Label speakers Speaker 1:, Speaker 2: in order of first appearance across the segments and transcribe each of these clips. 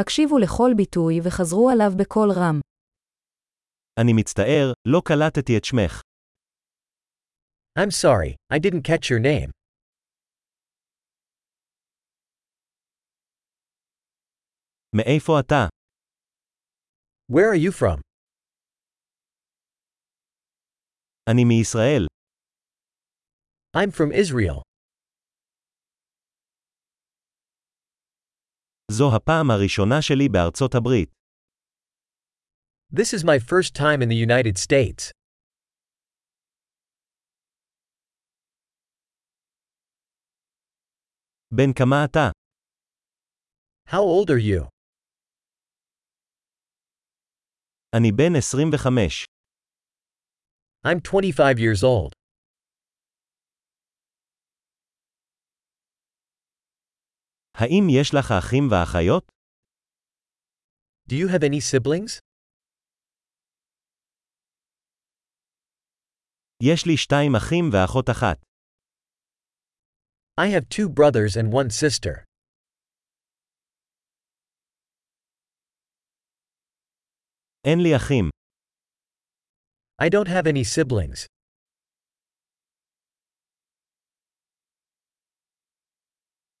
Speaker 1: הקשיבו לכל ביטוי וחזרו עליו בקול רם.
Speaker 2: אני מצטער, לא קלטתי את שמך.
Speaker 3: I'm sorry, I didn't catch your name.
Speaker 2: מאיפה אתה?
Speaker 3: Where are you from?
Speaker 2: אני מישראל.
Speaker 3: I'm from Israel.
Speaker 2: זו הפעם הראשונה שלי בארצות הברית.
Speaker 3: This is my first time in the United States.
Speaker 2: בן כמה אתה?
Speaker 3: How old are you?
Speaker 2: אני בן 25.
Speaker 3: I'm 25 years old.
Speaker 2: האם יש לך אחים ואחיות?
Speaker 3: Do you have any siblings?
Speaker 2: יש לי שתיים אחים ואחות אחת.
Speaker 3: I have two brothers and one sister.
Speaker 2: אין לי אחים.
Speaker 3: I don't have any siblings.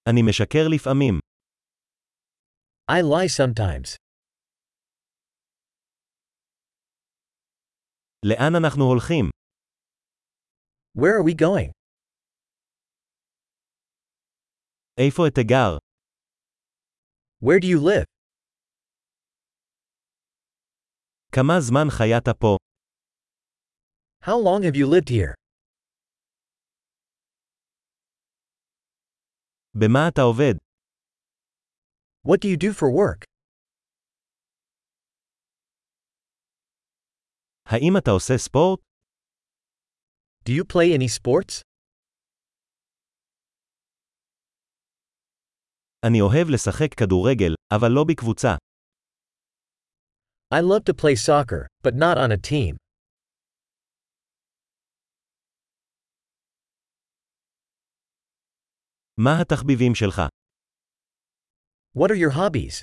Speaker 2: אני משקר לפעמים.
Speaker 3: I lie sometimes.
Speaker 2: לאן אנחנו הולכים?
Speaker 3: Where are we going?
Speaker 2: איפה את הגר?
Speaker 3: Where do you live?
Speaker 2: כמה זמן חיית פה?
Speaker 3: How long have you lived here?
Speaker 2: במה אתה עובד?
Speaker 3: What do you do for work?
Speaker 2: האם אתה עושה ספורט?
Speaker 3: Do you play any sports?
Speaker 2: אני אוהב לשחק כדורגל, אבל לא בקבוצה.
Speaker 3: I love to play soccer, but not on a team.
Speaker 2: מה התחביבים שלך?
Speaker 3: What are your hobbies?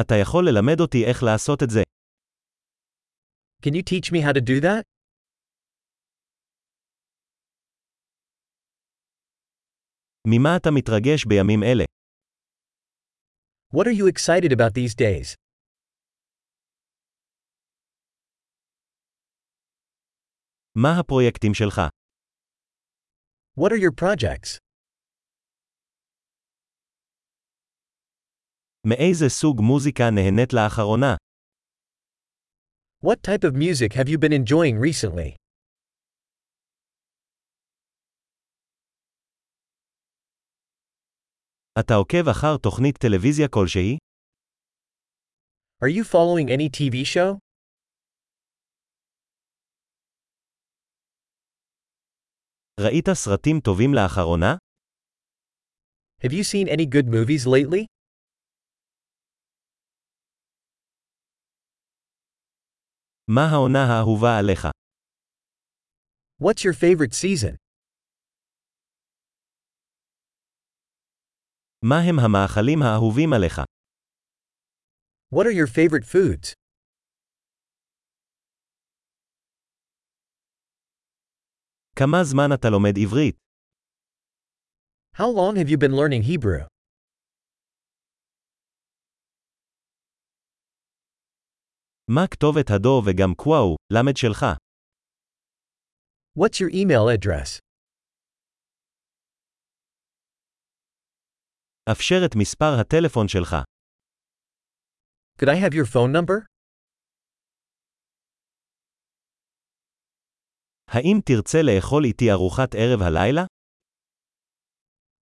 Speaker 2: אתה יכול ללמד אותי איך לעשות את זה.
Speaker 3: Can you teach me how to do that?
Speaker 2: ממה אתה מתרגש בימים אלה?
Speaker 3: What are you excited about these days?
Speaker 2: מה הפרויקטים שלך?
Speaker 3: What are your projects?
Speaker 2: מאיזה סוג מוזיקה נהנית לאחרונה?
Speaker 3: What type of music have you been enjoying recently?
Speaker 2: אתה עוקב אחר תוכנית טלוויזיה כלשהי?
Speaker 3: Are you following any TV show?
Speaker 2: ראית סרטים טובים לאחרונה?
Speaker 3: Have you seen any good movies lately?
Speaker 2: מה העונה האהובה עליך?
Speaker 3: What's your favorite season?
Speaker 2: מה הם המאכלים האהובים עליך?
Speaker 3: What are your favorite foods?
Speaker 2: כמה זמן אתה לומד עברית?
Speaker 3: How long have you been learning Hebrew?
Speaker 2: מה כתובת הדו וגם קוואו, למד שלך?
Speaker 3: What's your email address?
Speaker 2: אפשר את מספר הטלפון שלך.
Speaker 3: Could I have your phone number?
Speaker 2: האם תרצה לאכול איתי ארוחת ערב הלילה?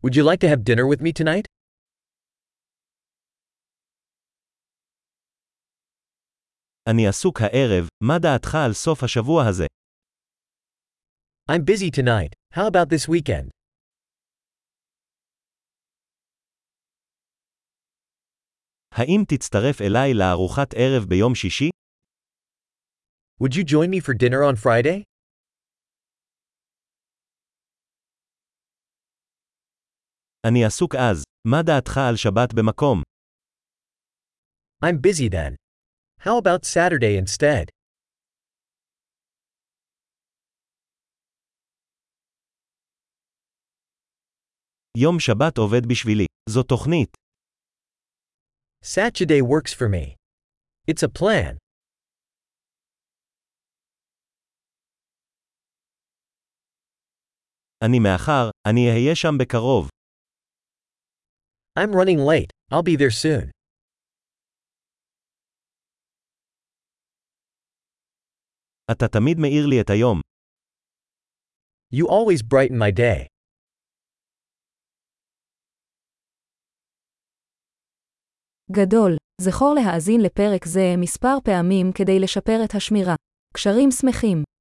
Speaker 3: Would you like to have dinner with me tonight?
Speaker 2: אני עסוק הערב, מה דעתך על סוף השבוע הזה?
Speaker 3: I'm busy tonight. How about this weekend?
Speaker 2: האם תצטרף אליי לארוחת ערב ביום שישי?
Speaker 3: Would you join me for dinner on Friday?
Speaker 2: אני עסוק אז, מה דעתך על שבת במקום?
Speaker 3: I'm busy then. How about Saturday instead?
Speaker 2: יום שבת עובד בשבילי. זו תוכנית.
Speaker 3: Saturday works for me. It's a plan.
Speaker 2: אני מאחר, אני אהיה שם בקרוב.
Speaker 3: I'm running late, I'll be there soon.
Speaker 2: אתה תמיד מאיר לי את היום.
Speaker 3: You always brighten my day.
Speaker 1: גדול. זכור להאזין לפרק זה מספר פעמים כדי לשפר את השמירה. קשרים שמחים.